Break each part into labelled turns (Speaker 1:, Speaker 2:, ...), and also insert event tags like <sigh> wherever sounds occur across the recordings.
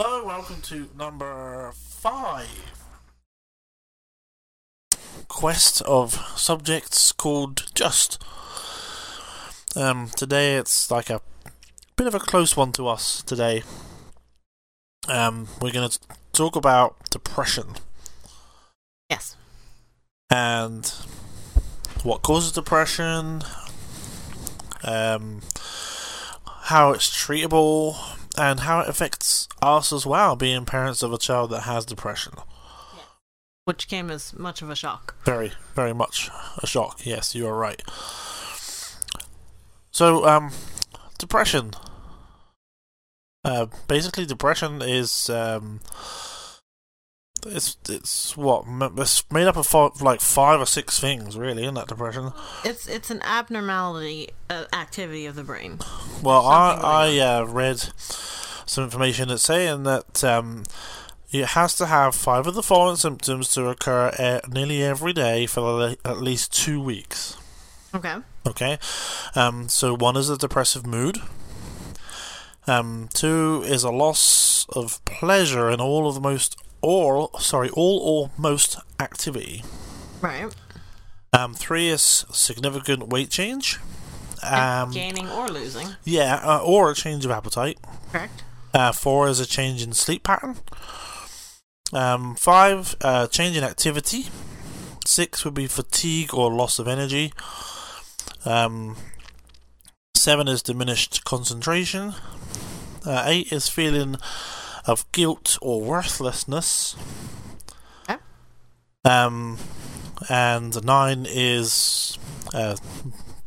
Speaker 1: Hello, welcome to number five. Quest of subjects called Just. Um, today it's like a bit of a close one to us today. Um, we're going to talk about depression
Speaker 2: Yes.
Speaker 1: and what causes depression, um, how it's treatable, and how it affects us as well, being parents of a child that has depression.
Speaker 2: Which came as much of a shock.
Speaker 1: Very, very much a shock. Yes, you are right. So, um, depression. Uh, basically, depression is um, it's it's what m- it's made up of five, like five or six things, really, isn't that depression?
Speaker 2: It's it's an abnormality uh, activity of the brain.
Speaker 1: Well, I
Speaker 2: Something like
Speaker 1: I uh, read some information that's saying that um, it has to have five of the following symptoms to occur uh, nearly every day for le- at least two weeks.
Speaker 2: Okay.
Speaker 1: Okay. Um, so one is a depressive mood. Um, two is a loss of pleasure in all of the most all sorry all or most activity.
Speaker 2: Right.
Speaker 1: Um, three is significant weight change. Um,
Speaker 2: Gaining or losing.
Speaker 1: yeah, uh, or a change of appetite.
Speaker 2: Correct.
Speaker 1: Uh, four is a change in sleep pattern. Um, five, uh, change in activity. Six would be fatigue or loss of energy. Um, seven is diminished concentration. Uh, eight is feeling of guilt or worthlessness.
Speaker 2: Okay.
Speaker 1: Um, and nine is uh,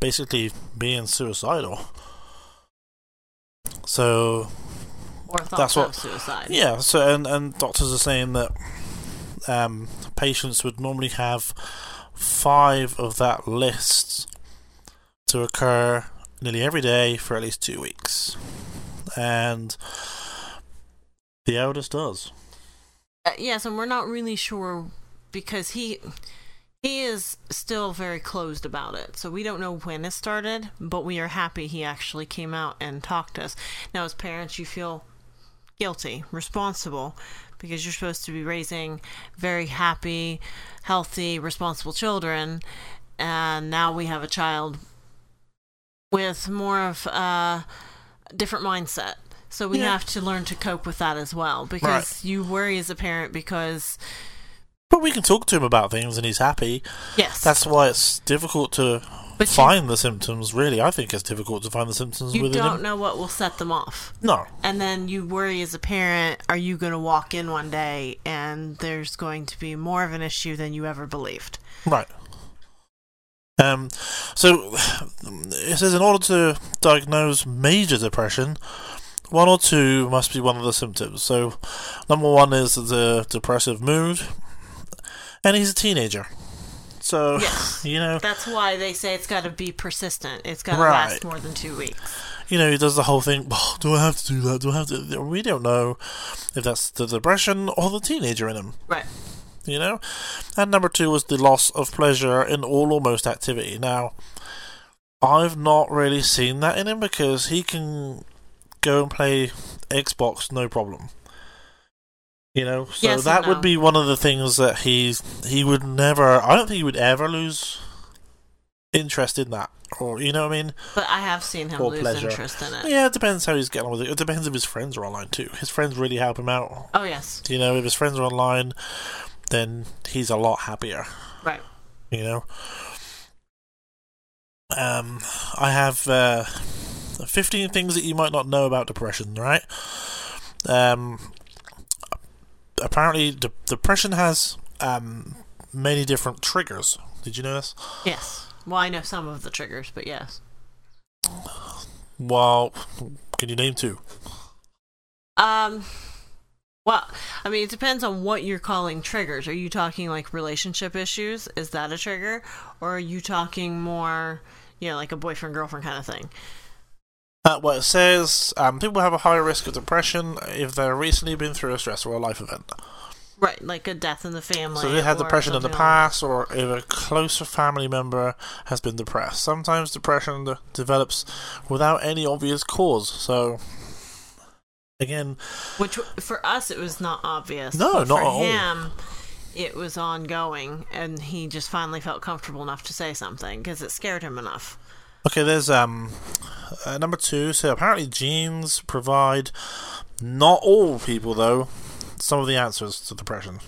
Speaker 1: basically being suicidal. So
Speaker 2: Or thoughts
Speaker 1: That's what-
Speaker 2: of suicide.
Speaker 1: yeah, so and, and doctors are saying that um, patients would normally have five of that list to occur nearly every day for at least two weeks, and the eldest does.
Speaker 2: Uh, yes, and we're not really sure because he he is still very closed about it. So we don't know when it started, but we are happy he actually came out and talked to us. Now, as parents, you feel guilty, responsible, because you're supposed to be raising very happy, healthy, responsible children, and now we have a child with more of a different mindset. So we
Speaker 1: Yeah.
Speaker 2: have to learn to cope with that as well because you worry as a parent because
Speaker 1: But we can talk to him about things, and he's happy.
Speaker 2: yes,
Speaker 1: That's why it's difficult to
Speaker 2: but you-
Speaker 1: find the symptoms. Really, I think it's difficult to find the symptoms
Speaker 2: you,
Speaker 1: within
Speaker 2: don't
Speaker 1: him.
Speaker 2: know what will set them off.
Speaker 1: No,
Speaker 2: And then you worry as a parent, are you going to walk in one day and there's going to be more of an issue than you ever believed?
Speaker 1: Right. Um, so it says in order to diagnose major depression, one or two must be one of the symptoms. So number one is the depressive mood, and he's a teenager. So <laughs>
Speaker 2: Yes.
Speaker 1: you know,
Speaker 2: That's why they say it's got to be persistent. It's got to
Speaker 1: Right.
Speaker 2: last more than two weeks.
Speaker 1: you know, he does the whole thing. "Oh, do I have to do that? Do I have to? We don't know if that's the depression or the teenager in him.
Speaker 2: Right.
Speaker 1: you know? And number two was the loss of pleasure in all or most activity. Now, I've not really seen that in him because he can go and play Xbox no problem. You know, so
Speaker 2: Yes and
Speaker 1: that
Speaker 2: no.
Speaker 1: would be one of the things that he he would never. I don't think he would ever lose interest in that, or you know what I mean.
Speaker 2: But I have seen him
Speaker 1: Or
Speaker 2: lose
Speaker 1: pleasure.
Speaker 2: interest in it.
Speaker 1: Yeah, it depends how he's getting on with it. It depends if his friends are online too. His friends really help him out.
Speaker 2: Oh, yes.
Speaker 1: You know, if his friends are online, then he's a lot happier.
Speaker 2: Right.
Speaker 1: you know. Um, I have uh, 15 things that you might not know about depression, right? Um, apparently, de- depression has um, many different triggers. Did you know this?
Speaker 2: Yes. Well, I know some of the triggers, but yes.
Speaker 1: Well, can you name two?
Speaker 2: Um, well, I mean, it depends on what you're calling triggers. Are you talking like relationship issues? Is that a trigger? Or are you talking more, you know, like a boyfriend girlfriend kind of thing?
Speaker 1: Uh, well, it says um, people have a higher risk of depression if they've recently been through a stress or a life event.
Speaker 2: Right, like a death in the family.
Speaker 1: So they had
Speaker 2: or
Speaker 1: depression in the
Speaker 2: something like-
Speaker 1: past, or if a closer family member has been depressed. Sometimes depression de- develops without any obvious cause. So again,
Speaker 2: Which w- for us it was not obvious.
Speaker 1: No,
Speaker 2: but
Speaker 1: not
Speaker 2: for
Speaker 1: at all.
Speaker 2: him, it was ongoing, and he just finally felt comfortable enough to say something because it scared him enough.
Speaker 1: Okay, there's um uh, number two. So apparently, genes provide not all people though some of the answers to depression.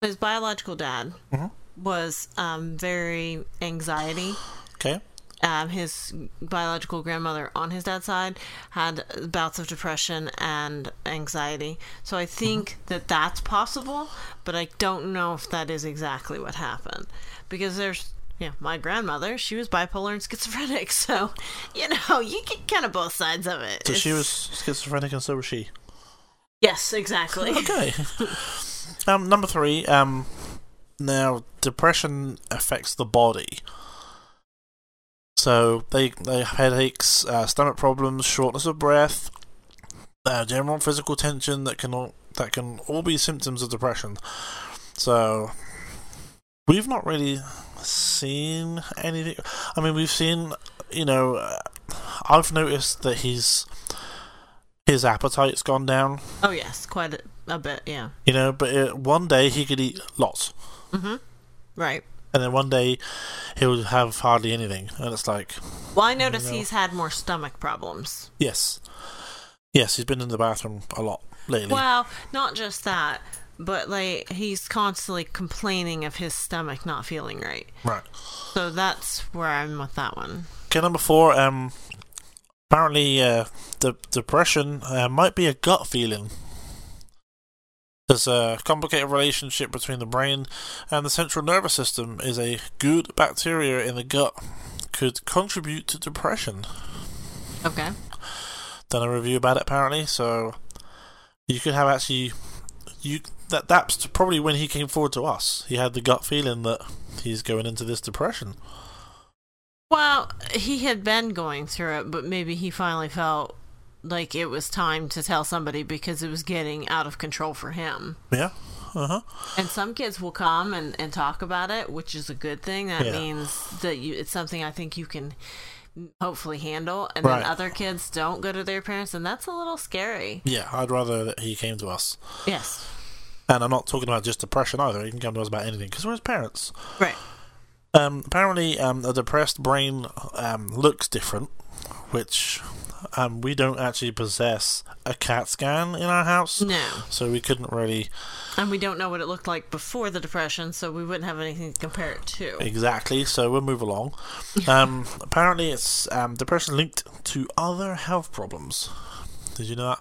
Speaker 2: His biological dad
Speaker 1: Mhm.
Speaker 2: was um, very anxiety.
Speaker 1: Okay,
Speaker 2: Um, his biological grandmother on his dad's side had bouts of depression and anxiety. So I think
Speaker 1: Mm-hmm.
Speaker 2: that that's possible, but I don't know if that is exactly what happened. Because there's, yeah, my grandmother, she was bipolar and schizophrenic. <laughs> So, you know, you get kind of both sides of it.
Speaker 1: so she
Speaker 2: It's-
Speaker 1: was schizophrenic, and so was she.
Speaker 2: Yes, exactly. <laughs>
Speaker 1: Okay. um, number three. Um, now depression affects the body. So they they have headaches, uh, stomach problems, shortness of breath, uh, general physical tension that can all that can all be symptoms of depression. So we've not really seen anything. I mean, we've seen you know. Uh, I've noticed that he's his appetite's gone down.
Speaker 2: Oh, yes, quite a, a bit, yeah.
Speaker 1: You know, but uh, one day he could eat lots,
Speaker 2: hmm Right.
Speaker 1: and then one day he'll have hardly anything, and it's like,
Speaker 2: Well, I notice
Speaker 1: know.
Speaker 2: he's had more stomach problems.
Speaker 1: yes, yes, he's been in the bathroom a lot lately.
Speaker 2: Well, not just that, but like he's constantly complaining of his stomach not feeling right.
Speaker 1: Right.
Speaker 2: So that's where I'm with that one.
Speaker 1: Okay, number four. Um, apparently, uh, the depression uh, might be a gut feeling. There's a complicated relationship between the brain and the central nervous system. Is a good bacteria in the gut could contribute to depression.
Speaker 2: Okay.
Speaker 1: done a review about it apparently. So you could have actually you that that's probably when he came forward to us. He had the gut feeling that he's going into this depression.
Speaker 2: Well, he had been going through it, but maybe he finally felt like it was time to tell somebody because it was getting out of control for him.
Speaker 1: Yeah. Uh huh.
Speaker 2: And some kids will come and, and talk about it, which is a good thing. That
Speaker 1: Yeah.
Speaker 2: means that you, it's something I think you can hopefully handle. And
Speaker 1: Right.
Speaker 2: then other kids don't go to their parents, and that's a little scary.
Speaker 1: Yeah, I'd rather that he came to us.
Speaker 2: Yes.
Speaker 1: And I'm not talking about just depression either. He can come to us about anything because we're his parents.
Speaker 2: Right.
Speaker 1: Um, apparently, um, a depressed brain um, looks different, which um, we don't actually possess a CAT scan in our house,
Speaker 2: No.
Speaker 1: so we couldn't really
Speaker 2: And we don't know what it looked like before the Depression, so we wouldn't have anything to compare it to.
Speaker 1: Exactly. So we'll move along.
Speaker 2: <laughs>
Speaker 1: Um, apparently, it's um, depression linked to other health problems. Did you know that?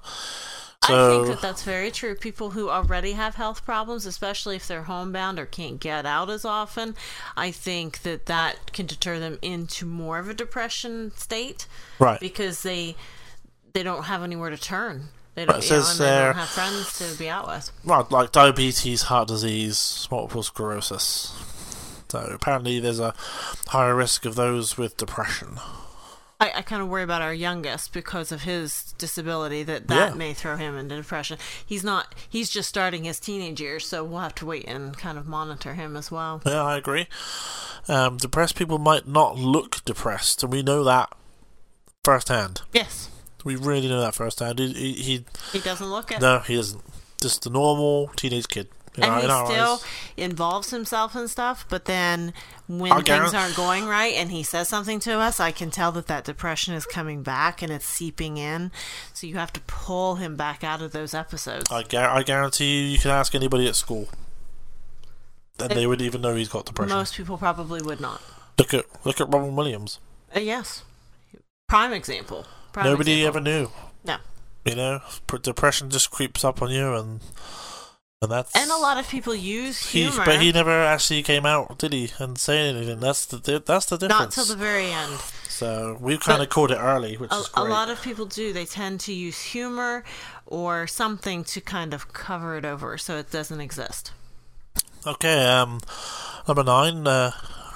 Speaker 2: I think
Speaker 1: So
Speaker 2: that that's very true. People who already have health problems, especially if they're homebound or can't get out as often, I think that that can deter them into more of a depression state
Speaker 1: right.
Speaker 2: because they they don't have anywhere to turn. They don't,
Speaker 1: Right, it
Speaker 2: you know,
Speaker 1: says
Speaker 2: and they
Speaker 1: there-
Speaker 2: don't have friends to be out with.
Speaker 1: Well, like diabetes, heart disease, multiple sclerosis. So apparently, there's a higher risk of those with depression.
Speaker 2: I, I kind of worry about our youngest because of his disability that that
Speaker 1: Yeah.
Speaker 2: may throw him into depression. He's not, he's just starting his teenage years, so we'll have to wait and kind of monitor him as well.
Speaker 1: Yeah, I agree. Um, depressed people might not look depressed, and we know that firsthand.
Speaker 2: Yes.
Speaker 1: We really know that firsthand. He, he, he
Speaker 2: He doesn't look it.
Speaker 1: no, he isn't. Just the normal teenage kid. in
Speaker 2: and
Speaker 1: our-
Speaker 2: he
Speaker 1: in our
Speaker 2: still
Speaker 1: eyes.
Speaker 2: involves himself in stuff, but then when
Speaker 1: I
Speaker 2: things
Speaker 1: guarantee-
Speaker 2: aren't going right and he says something to us, I can tell that that depression is coming back and it's seeping in. So you have to pull him back out of those episodes.
Speaker 1: I, gar- I guarantee you, you can ask anybody at school, and they would even know he's got depression.
Speaker 2: Most people probably would not.
Speaker 1: Look at look at Robin Williams.
Speaker 2: Uh, yes. Prime example. Prime
Speaker 1: Nobody
Speaker 2: example.
Speaker 1: ever knew.
Speaker 2: No.
Speaker 1: You know, P- depression just creeps up on you, and and that's
Speaker 2: And a lot of people use
Speaker 1: He,
Speaker 2: humor.
Speaker 1: but he never actually came out, did he, and say anything. That's the di- that's the
Speaker 2: not
Speaker 1: difference.
Speaker 2: till the very end.
Speaker 1: so we kind of
Speaker 2: but-
Speaker 1: caught it early, which
Speaker 2: A,
Speaker 1: is
Speaker 2: a
Speaker 1: great.
Speaker 2: lot of people do. They tend to use humor or something to kind of cover it over so it doesn't exist.
Speaker 1: Okay, um, number nine. Uh,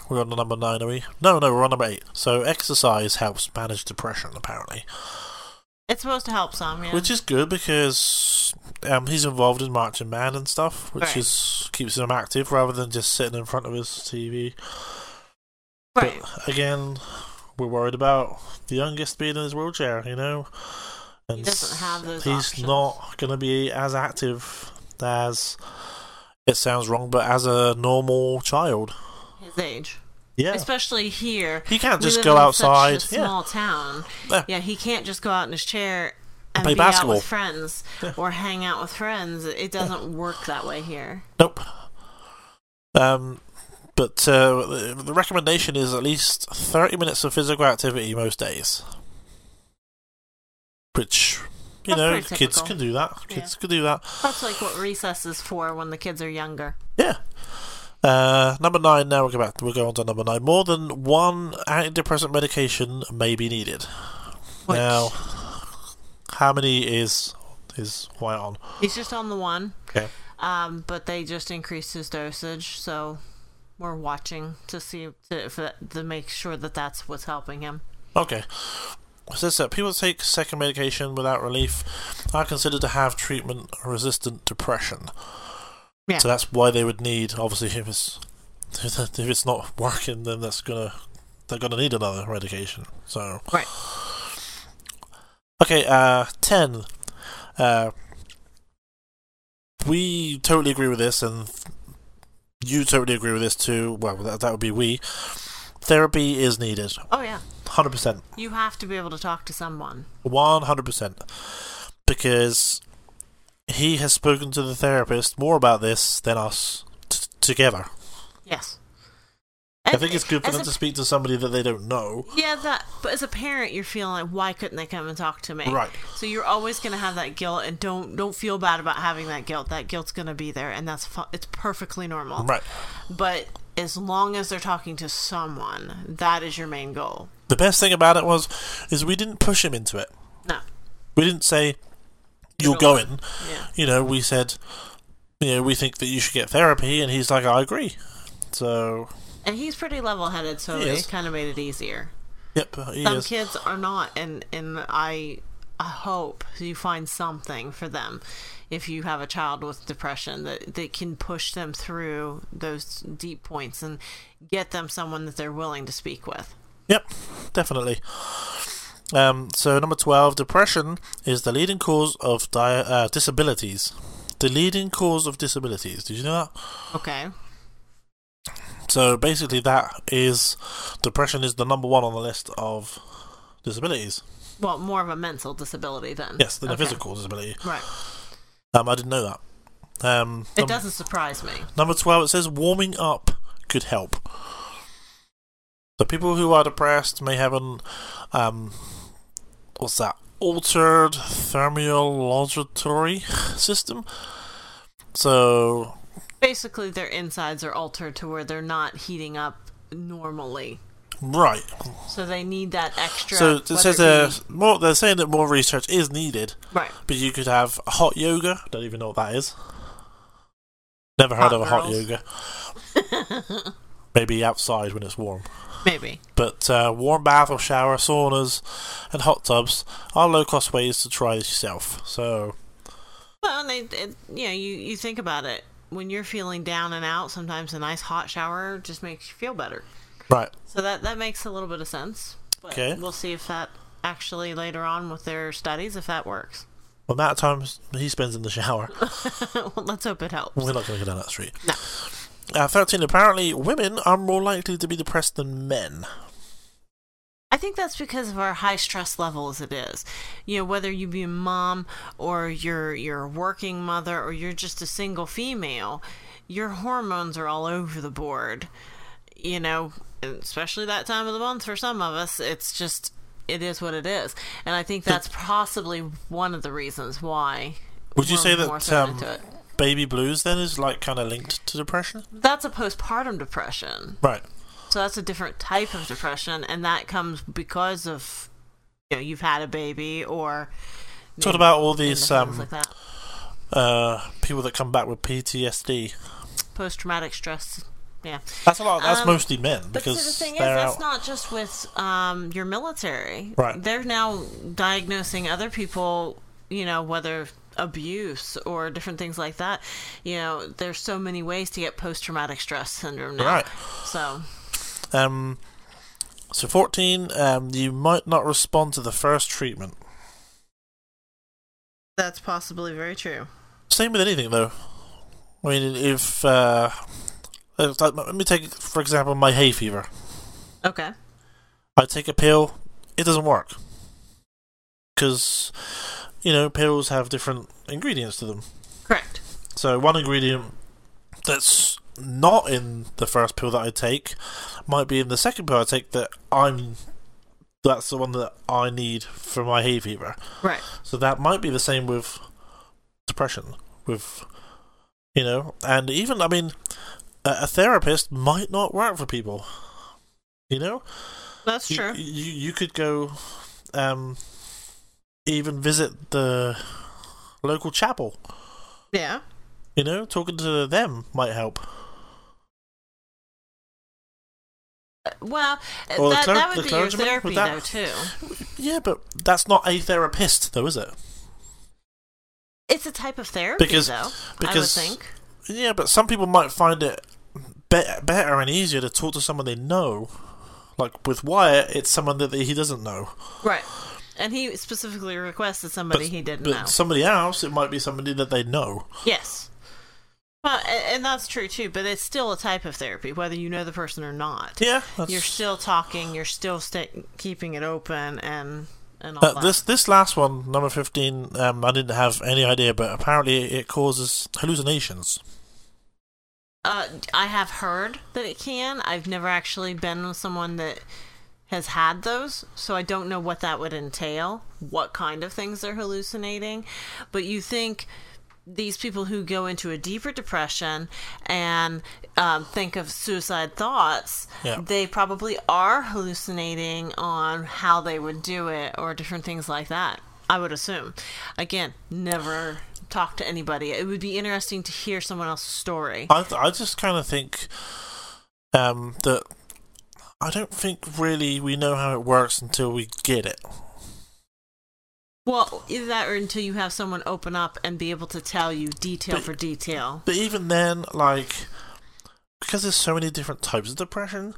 Speaker 1: we're on to number nine, are we? No, no, we're on number eight. So exercise helps manage depression, apparently.
Speaker 2: It's supposed to help some, yeah.
Speaker 1: Which is good because um, he's involved in marching band and stuff, which
Speaker 2: Right.
Speaker 1: is keeps him active rather than just sitting in front of his TV.
Speaker 2: right.
Speaker 1: But again, we're worried about the youngest being in his wheelchair. You know, And
Speaker 2: doesn't have those
Speaker 1: He's
Speaker 2: options.
Speaker 1: not going to be as active as it sounds wrong, but as a normal child.
Speaker 2: his age.
Speaker 1: Yeah,
Speaker 2: Especially here.
Speaker 1: He can't
Speaker 2: We
Speaker 1: just
Speaker 2: live
Speaker 1: go
Speaker 2: in
Speaker 1: outside,
Speaker 2: Such a
Speaker 1: yeah.
Speaker 2: small town.
Speaker 1: Yeah.
Speaker 2: Yeah. he can't just go out in his chair and
Speaker 1: Play
Speaker 2: be out
Speaker 1: basketball.
Speaker 2: with friends or hang out with friends. It doesn't work that way here.
Speaker 1: Nope. Um, but uh, the the recommendation is at least 30 minutes of physical activity most days. Which, you
Speaker 2: That's
Speaker 1: know,
Speaker 2: pretty
Speaker 1: kids
Speaker 2: typical.
Speaker 1: can do that.
Speaker 2: Yeah.
Speaker 1: Kids can do that.
Speaker 2: That's like what recess is for when the kids are younger.
Speaker 1: Yeah. Uh, number nine. Now we'll go back. We'll go on to number nine. More than one antidepressant medication may be needed.
Speaker 2: Which
Speaker 1: Now, how many is is White on?
Speaker 2: he's just on the one,
Speaker 1: Okay.
Speaker 2: um, but they just increased his dosage, so we're watching to see to, if that- to make sure that that's what's helping him.
Speaker 1: Okay. It says that people take second medication without relief are considered to have treatment resistant depression.
Speaker 2: Yeah.
Speaker 1: So that's why they would need obviously if it's <laughs> if it's not working then that's gonna they're gonna need another medication. So
Speaker 2: Right.
Speaker 1: Okay, uh ten. Uh we totally agree with this and you totally agree with this too. Well that that would be we. Therapy is needed.
Speaker 2: Oh yeah,
Speaker 1: Hundred percent.
Speaker 2: you have to be able to talk to someone.
Speaker 1: One hundred percent, because he has spoken to the therapist more about this than us t- together.
Speaker 2: Yes.
Speaker 1: I think it's good for
Speaker 2: As
Speaker 1: them
Speaker 2: a
Speaker 1: to speak to somebody that they don't know.
Speaker 2: Yeah, that. But as a parent, you're feeling like, why couldn't they come and talk to me?
Speaker 1: Right.
Speaker 2: So you're always going to have that guilt, and don't don't feel bad about having that guilt. That guilt's going to be there, and that's fu- it's perfectly normal.
Speaker 1: Right.
Speaker 2: But as long as they're talking to someone, that is your main goal.
Speaker 1: The best thing about it was, is we didn't push him into it.
Speaker 2: No.
Speaker 1: We didn't say you're
Speaker 2: don't
Speaker 1: going.
Speaker 2: Yeah.
Speaker 1: You know, we said, you know, we think that you should get therapy, and he's like, I agree. So,
Speaker 2: And he's pretty level-headed, so
Speaker 1: He is.
Speaker 2: it kind of made it easier.
Speaker 1: yep, he
Speaker 2: Some
Speaker 1: is.
Speaker 2: kids are not, and and I, I hope you find something for them. If you have a child with depression, that that can push them through those deep points and get them someone that they're willing to speak with.
Speaker 1: Yep, definitely. Um, so number twelve, depression is the leading cause of di- uh, disabilities. The leading cause of disabilities. Did you know
Speaker 2: Okay.
Speaker 1: that? So basically, that is depression is the number one on the list of disabilities.
Speaker 2: Well, more of a mental disability then.
Speaker 1: Yes, than a
Speaker 2: Okay.
Speaker 1: physical disability.
Speaker 2: Right.
Speaker 1: Um, I didn't know that. Um,
Speaker 2: It
Speaker 1: num-
Speaker 2: doesn't surprise me.
Speaker 1: Number 12, it says warming up could help. So people who are depressed may have an, um, what's that? Altered thermologitory system. So,
Speaker 2: Basically, their insides are altered to where they're not heating up normally,
Speaker 1: right.
Speaker 2: so they need that extra.
Speaker 1: So it
Speaker 2: whether
Speaker 1: says
Speaker 2: it
Speaker 1: uh,
Speaker 2: be-
Speaker 1: more, they're saying that more research is needed,
Speaker 2: right.
Speaker 1: but you could have hot yoga. Don't even know what that is. Never heard of
Speaker 2: Hot
Speaker 1: a hot
Speaker 2: girls.
Speaker 1: yoga. Maybe outside when it's warm.
Speaker 2: Maybe.
Speaker 1: But uh, warm bath or shower, saunas, and hot tubs are low cost ways to try this yourself. So,
Speaker 2: Well, and they, it, you know, you, you think about it. When you're feeling down and out, sometimes a nice hot shower just makes you feel better.
Speaker 1: right.
Speaker 2: So that, that makes a little bit of sense. But
Speaker 1: Okay.
Speaker 2: We'll see if that actually later on with their studies, if that works. <laughs>
Speaker 1: Well, amount of times he spends in the shower,
Speaker 2: well, let's hope it helps.
Speaker 1: we're not going to go down that street.
Speaker 2: No.
Speaker 1: Uh, 13. Apparently, women are more likely to be depressed than men.
Speaker 2: I think that's because of our high stress level as it is. You know, whether you be a mom or you're you're a working mother or you're just a single female, your hormones are all over the board. You know, especially that time of the month for some of us, it's just it is what it is. And I think that's possibly one of the reasons why.
Speaker 1: Would you
Speaker 2: we're
Speaker 1: say
Speaker 2: more
Speaker 1: that
Speaker 2: thrown
Speaker 1: um,
Speaker 2: into it.
Speaker 1: baby blues then is like kind of linked to depression?
Speaker 2: that's a postpartum depression?
Speaker 1: Right.
Speaker 2: So that's a different type of depression, and that comes because of you know you've had a baby or.
Speaker 1: Talk about all
Speaker 2: you know,
Speaker 1: these
Speaker 2: things
Speaker 1: um,
Speaker 2: like that?
Speaker 1: uh, people that come back with PTSD.
Speaker 2: Post traumatic stress. Yeah,
Speaker 1: That's a lot. That's
Speaker 2: Um,
Speaker 1: mostly men
Speaker 2: but see,
Speaker 1: because
Speaker 2: the thing is,
Speaker 1: they're
Speaker 2: that's
Speaker 1: out.
Speaker 2: not just with um, your military.
Speaker 1: Right.
Speaker 2: They're now diagnosing other people. You know, whether abuse or different things like that. You know, there's so many ways to get post traumatic stress syndrome now.
Speaker 1: Right.
Speaker 2: So
Speaker 1: Um, so 14, um, you might not respond to the first treatment.
Speaker 2: That's possibly very true.
Speaker 1: Same with anything, though. I mean, if uh, if- like, let me take for example my hay fever.
Speaker 2: Okay.
Speaker 1: I take a pill, it doesn't work because you know pills have different ingredients to them.
Speaker 2: Correct.
Speaker 1: So one ingredient that's not in the first pill that I take might be in the second pill I take that I'm that's the one that I need for my hay fever.
Speaker 2: Right.
Speaker 1: So that might be the same with depression, with you know, and even I mean, a, a therapist might not work for people. You know,
Speaker 2: That's
Speaker 1: you,
Speaker 2: true.
Speaker 1: You you could go, um, even visit the local chapel.
Speaker 2: Yeah.
Speaker 1: You know, talking to them might help.
Speaker 2: Uh, Well, uh,
Speaker 1: Or the
Speaker 2: that,
Speaker 1: cler-
Speaker 2: that
Speaker 1: the
Speaker 2: would be your
Speaker 1: clergyman,
Speaker 2: therapy,
Speaker 1: would that-
Speaker 2: though, too.
Speaker 1: Yeah, but that's not a therapist, though, is it?
Speaker 2: It's a type of therapy,
Speaker 1: Because-
Speaker 2: though.
Speaker 1: because-
Speaker 2: I would think.
Speaker 1: Yeah, but some people might find it be- better and easier to talk to someone they know. Like with Wyatt, it's someone that he doesn't know.
Speaker 2: Right. And he specifically requested somebody he didn't
Speaker 1: but
Speaker 2: know.
Speaker 1: somebody else, it might be somebody that they know.
Speaker 2: Yes. Well, a- and that's true too, but it's still a type of therapy, whether you know the person or not.
Speaker 1: Yeah, that's,
Speaker 2: You're still talking. You're still sta keeping it open and and all
Speaker 1: uh,
Speaker 2: that.
Speaker 1: this this last one, number fifteen. Um, I didn't have any idea, but apparently it causes hallucinations.
Speaker 2: Uh, I have heard that it can. I've never actually been with someone that has had those, so I don't know what that would entail, what kind of things they're hallucinating. But you think these people who go into a deeper depression and um, think of suicide thoughts,
Speaker 1: Yeah.
Speaker 2: they probably are hallucinating on how they would do it or different things like that. I would assume. Again, never talk to anybody. It would be interesting to hear someone else's story.
Speaker 1: I I just kind of think um, that I don't think really we know how it works until we get it.
Speaker 2: Well, either that or until you have someone open up and be able to tell you detail
Speaker 1: But-
Speaker 2: for detail.
Speaker 1: But even then, like, because there's so many different types of depression,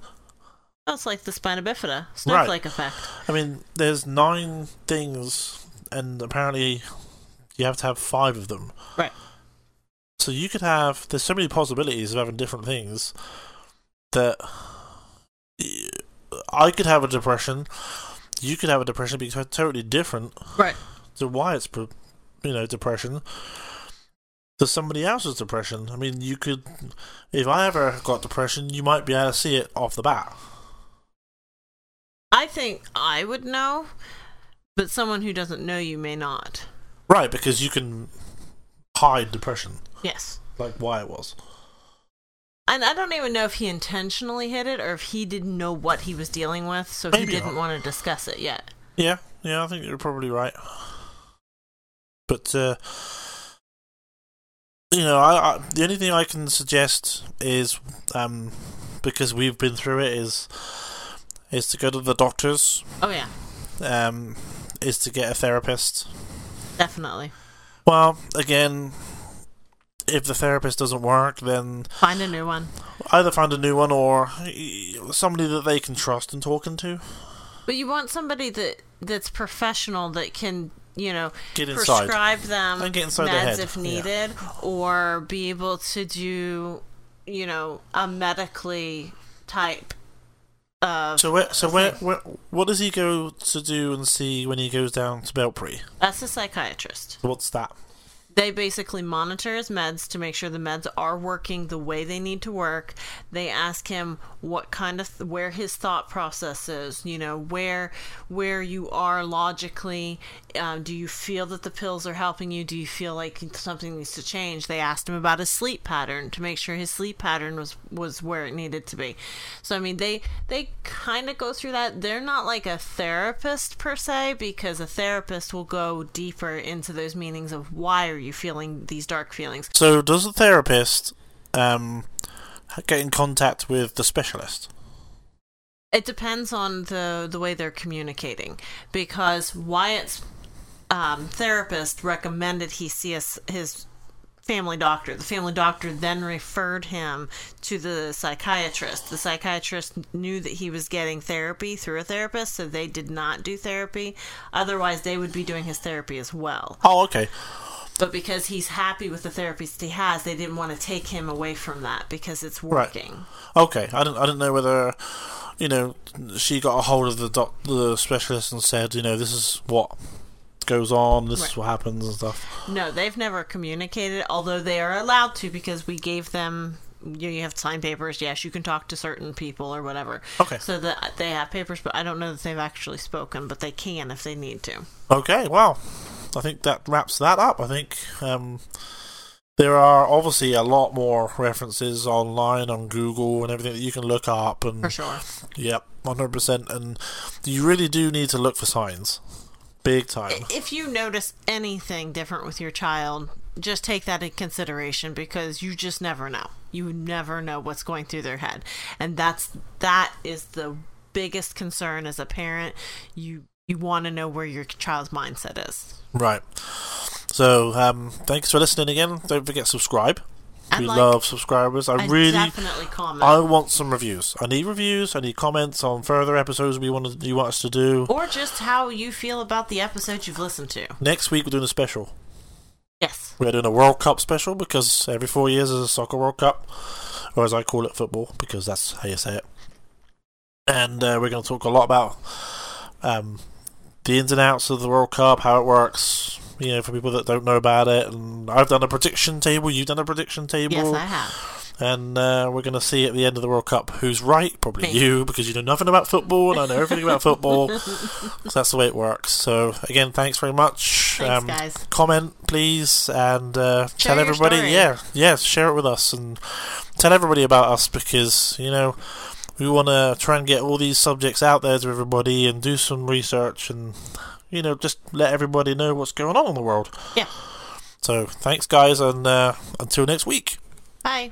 Speaker 2: That's like the spina bifida, snowflake effect.
Speaker 1: I mean, there's nine things, and apparently you have to have five of them.
Speaker 2: Right.
Speaker 1: So you could have, there's so many possibilities of having different things that y- I could have a depression, you could have a depression because totally different
Speaker 2: Right.
Speaker 1: to Wyatt's, pro- you know, depression to somebody else's depression. I mean, you could, if I ever got depression, you might be able to see it off the bat.
Speaker 2: I think I would know, but someone who doesn't know you may not.
Speaker 1: Right, because you can hide depression,
Speaker 2: Yes.
Speaker 1: like Wyatt was.
Speaker 2: And I don't even know if he intentionally hid it or if he didn't know what he was dealing with, so
Speaker 1: Maybe
Speaker 2: he didn't
Speaker 1: not.
Speaker 2: want to discuss it yet.
Speaker 1: Yeah, yeah, I think you're probably right. But uh, you know, I, I the only thing I can suggest is um, because we've been through it is is to go to the doctors,
Speaker 2: Oh, yeah,
Speaker 1: um, is to get a therapist.
Speaker 2: definitely.
Speaker 1: Well, again, if the therapist doesn't work, then
Speaker 2: Find a new one.
Speaker 1: either find a new one or eh, somebody that they can trust and talking to.
Speaker 2: But you want somebody that that's professional that can, you know,
Speaker 1: Get inside.
Speaker 2: prescribe them
Speaker 1: And get inside
Speaker 2: meds
Speaker 1: their head,
Speaker 2: if
Speaker 1: yeah.
Speaker 2: needed, or be able to do, you know, a medically type uh, of.
Speaker 1: So where, so where, where, what does he go to do and see when he goes down to Belpre?
Speaker 2: That's a psychiatrist.
Speaker 1: What's that?
Speaker 2: They basically monitor his meds to make sure the meds are working the way they need to work. They ask him what kind of where his thought process is, you know, where where you are logically. Um, do you feel that the pills are helping you? Do you feel like something needs to change? They asked him about his sleep pattern to make sure his sleep pattern was was where it needed to be. So I mean, they they kind of go through that. They're not like a therapist per se because a therapist will go deeper into those meanings of why are you feeling these dark feelings.
Speaker 1: So does the therapist um, get in contact with the specialist?
Speaker 2: It depends on the the way they're communicating because Wyatt's um, therapist recommended he see his, his family doctor. The family doctor then referred him to the psychiatrist. The psychiatrist knew that he was getting therapy through a therapist, so they did not do therapy. Otherwise, they would be doing his therapy as well.
Speaker 1: Oh, okay.
Speaker 2: But because he's happy with the therapist he has, they didn't want to take him away from that because it's working.
Speaker 1: Okay, I don't, I don't know whether, you know, she got a hold of the doc, the specialist and said, you know, this is what goes on, this is
Speaker 2: Right.
Speaker 1: what happens and stuff.
Speaker 2: No, they've never communicated, although they are allowed to because we gave them. You, you have to sign papers. Yes, you can talk to certain people or whatever.
Speaker 1: Okay.
Speaker 2: So that they have papers, but I don't know that they've actually spoken, but they can if they need to.
Speaker 1: Okay, well, I think that wraps that up. I think um, there are obviously a lot more references online on Google and everything that you can look up. And
Speaker 2: For sure.
Speaker 1: yep, one hundred percent. And you really do need to look for signs, big time.
Speaker 2: If you notice anything different with your child, just take that in consideration because you just never know. You never know what's going through their head. And that's that is the biggest concern as a parent. You you want to know where your child's mindset is.
Speaker 1: Right. So, um, thanks for listening again. Don't forget subscribe.
Speaker 2: And
Speaker 1: we
Speaker 2: like-
Speaker 1: love subscribers. I
Speaker 2: I
Speaker 1: really,
Speaker 2: definitely comment.
Speaker 1: I want some reviews. I need reviews. I need comments on further episodes we want to, you want us to do.
Speaker 2: or just how you feel about the episode you've listened to.
Speaker 1: Next week we're doing a special.
Speaker 2: Yes.
Speaker 1: We're doing a World Cup special because every four years is a soccer World Cup, or as I call it, football, because that's how you say it. And uh, we're going to talk a lot about um, the ins and outs of the World Cup, how it works. You know, for people that don't know about it, and I've done a prediction table. You've done a prediction table.
Speaker 2: Yes, I have.
Speaker 1: and uh, we're going to see at the end of the World Cup who's right. Probably
Speaker 2: Me.
Speaker 1: you, because you know nothing about football, and I know everything about
Speaker 2: <laughs>
Speaker 1: football. So that's the way it works. So again, thanks very much. Um,
Speaker 2: Thanks, guys.
Speaker 1: Comment, please, and uh, tell
Speaker 2: your
Speaker 1: everybody.
Speaker 2: story.
Speaker 1: Yeah, yeah, share it with us, and tell everybody about us because you know we want to try and get all these subjects out there to everybody and do some research and you know just let everybody know what's going on in the world.
Speaker 2: Yeah.
Speaker 1: So thanks, guys, and uh, until next week.
Speaker 2: Bye.